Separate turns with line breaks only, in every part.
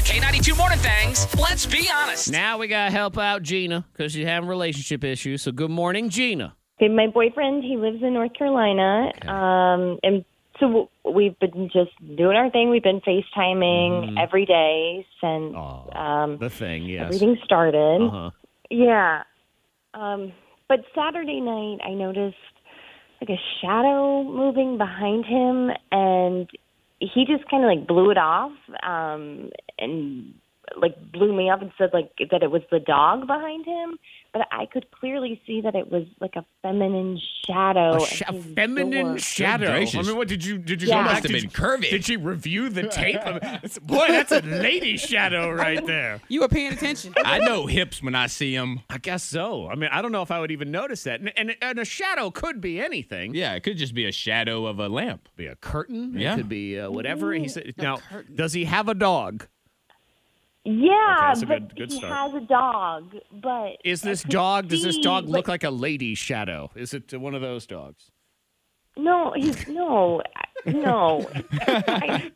K92 Morning Things. Let's be honest.
Now we gotta help out Gina because she's having relationship issues. So good morning, Gina.
Okay, my boyfriend, he lives in North Carolina. Um, and so w- we've been just doing our thing. We've been FaceTiming every day since
Oh,
um,
the thing, yes.
everything started.
Uh-huh.
Yeah. Um, but Saturday night, I noticed like a shadow moving behind him, and he just kind of like blew it off um, and like blew me up and said like that it was the dog behind him. But I could clearly see that it was like a feminine shadow.
A
at
sh- a
his
feminine
door.
shadow.
gracious.
I mean, what did you did you
Yeah.
go
Must
back?
have
Did
been
you-
curvy.
Did she review the tape? I mean, that's- boy, that's a lady shadow right there.
You were paying attention.
I know hips when I see them.
I guess so. I mean, I don't know if I would even notice that. And and, and a shadow could be anything.
Yeah, it could just be a shadow of a lamp.
Be a curtain.
Yeah.
It could be uh, whatever. He said. Now, does he have a dog?
Yeah,
that's a
but
good- good
he
start.
has a dog. But
Is
I
this
could
dog? Does this
see,
dog
like,
look like a lady shadow? Is it uh, one of those dogs?
No, he's no, I- no. I-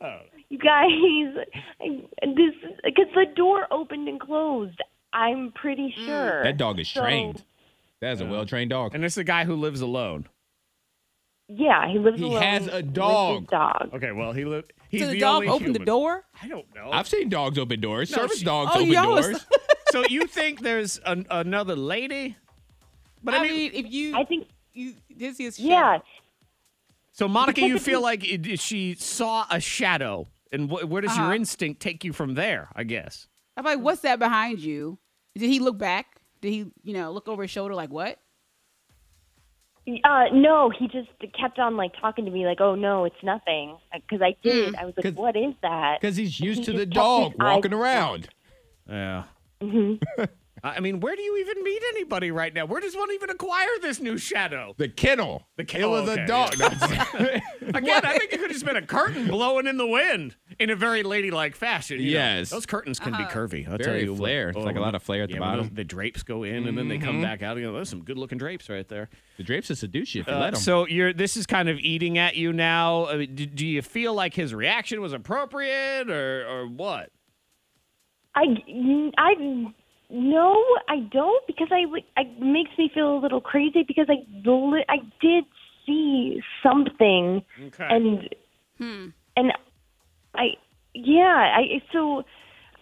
you guys, I, this because the door opened and closed. I'm pretty sure
That dog is
So-
trained. That is a well trained dog.
And it's the guy who lives alone.
Yeah, he lives
He
alone.
has a
with his
dog.
dog.
Okay, well he lives. He's
Did the,
the
dog
only
open the
human.
door?
I don't know.
I've seen dogs open doors.
No,
Service
she-
dogs
Oh,
open
y'all was-
doors.
so you think there's an, another lady? But I,
I
mean,
mean, if you,
I think.
you, this is
Yeah,
so Monica, you feel like it, it- she saw a shadow, and wh- where does your
Uh-huh.
instinct take you from there? I guess.
I'm like, what's that behind you? Did he look back? Did he, you know, look over his shoulder like what?
uh, no, he just kept on like talking to me, like, "Oh no, it's nothing," because I did. I was
'Cause-
like, "What is that?"
Because he's used to
He
the
just kept
dog
his eyes
walking around.
Yeah.
Mm-hmm.
I I mean, where do you even meet anybody right now? Where does one even acquire this new shadow?
The kennel.
The
It
kennel,
was
okay,
a dog.
Again, I think it could have just been a curtain blowing in the wind in a very ladylike fashion. you know.
Yes.
those curtains can be curvy. I'll tell
Very
you what.
flare. It's like a lot of flare at the
yeah, when
bottom. Mm-hmm.
those- The drapes go in and then they come back out. again. those are some good looking drapes right there.
the drapes will seduce you if you
Uh,
let them.
So you're this is kind of eating at you now. I mean, do, do you feel like his reaction was appropriate or or what?
I, I, no, I don't because I, I it makes me feel a little crazy because I, li- I did see something
Okay.
and, and I, yeah, I, so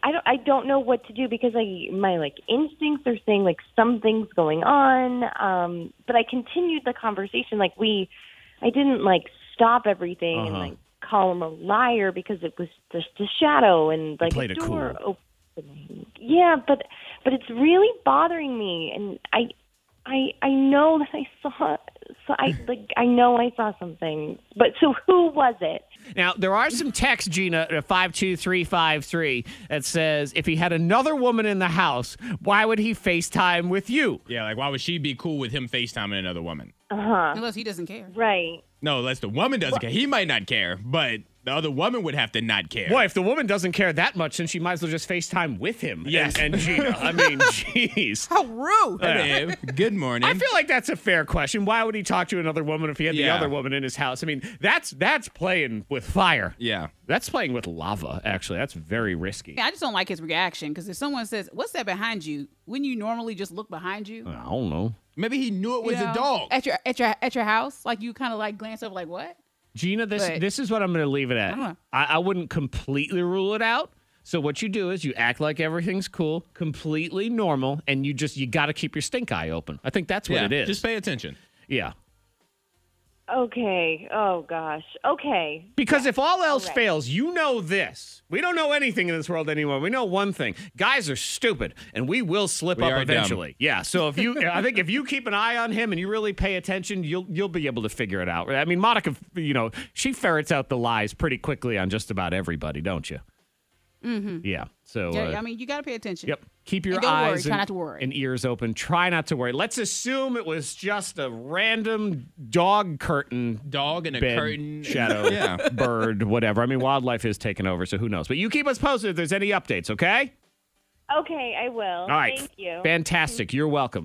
I don't, I don't know what to do because I, my like instincts are saying like something's going on. Um, but I continued the conversation. Like we, I didn't like stop everything and
Uh-huh.
like call him a liar because it was just a shadow and like
played
a
it
door opening. Yeah, but but it's really bothering me, and I I I know that I saw so I like I know I saw something, but so who was it?
Now, there are some texts, Gina, uh, 52353, that says if he had another woman in the house, why would he FaceTime with you?
yeah, like why would she be cool with him FaceTiming another woman?
Uh-huh.
Unless he doesn't care.
Right.
No, unless the woman doesn't care. He might not care, but the other woman would have to not care.
Boy, if the woman doesn't care that much, then she might as well just FaceTime with him and-
Yes.
and, Gina. I mean, jeez.
How rude!
Hey, Good morning.
I feel like that's a fair question. Why would he talk to another woman if he had the
Yeah.
other woman in his house? I mean, that's that's playing with fire.
yeah.
That's playing with lava, actually. That's very risky.
Yeah, I just don't like his reaction because if someone says, "What's that behind you?" wouldn't you normally just look behind
Uh-huh.
you?
I don't know.
Maybe he knew it
You
was
know?
a dog.
at your at your at your house. Like you kind of like glance over, like what?
Gina, this
But-
this is what I'm going to leave it at.
don't know.
I, I wouldn't completely rule it out. So what you do is you act like everything's cool, completely normal, and you just you got to keep your stink eye open. I think that's what it is.
Just pay attention.
yeah.
Okay. Oh gosh. Okay.
Because if all else
All right.
fails, you know this. We don't know anything in this world anymore. We know one thing: guys are stupid, and we will slip
We
up
are dumb.
eventually. Yeah. So if you, I think if you keep an eye on him and you really pay attention, you'll you'll be able to figure it out. I mean, Monica, you know, she ferrets out the lies pretty quickly on just about everybody, don't you? Mm-hmm. Yeah. So. uh,
Yeah, I mean, you got to pay attention.
Yep. Keep your
And don't worry,
eyes
try
and,
not to worry.
and ears open. Try not to worry. Let's assume it was just a random dog curtain
Dog and a
bed,
curtain.
shadow,
Yeah.
bird, whatever. I mean, wildlife is taking over, so who knows? But you keep us posted if there's any updates, okay?
Okay. I will.
All right.
Oh, Thank you.
Fantastic. You're welcome.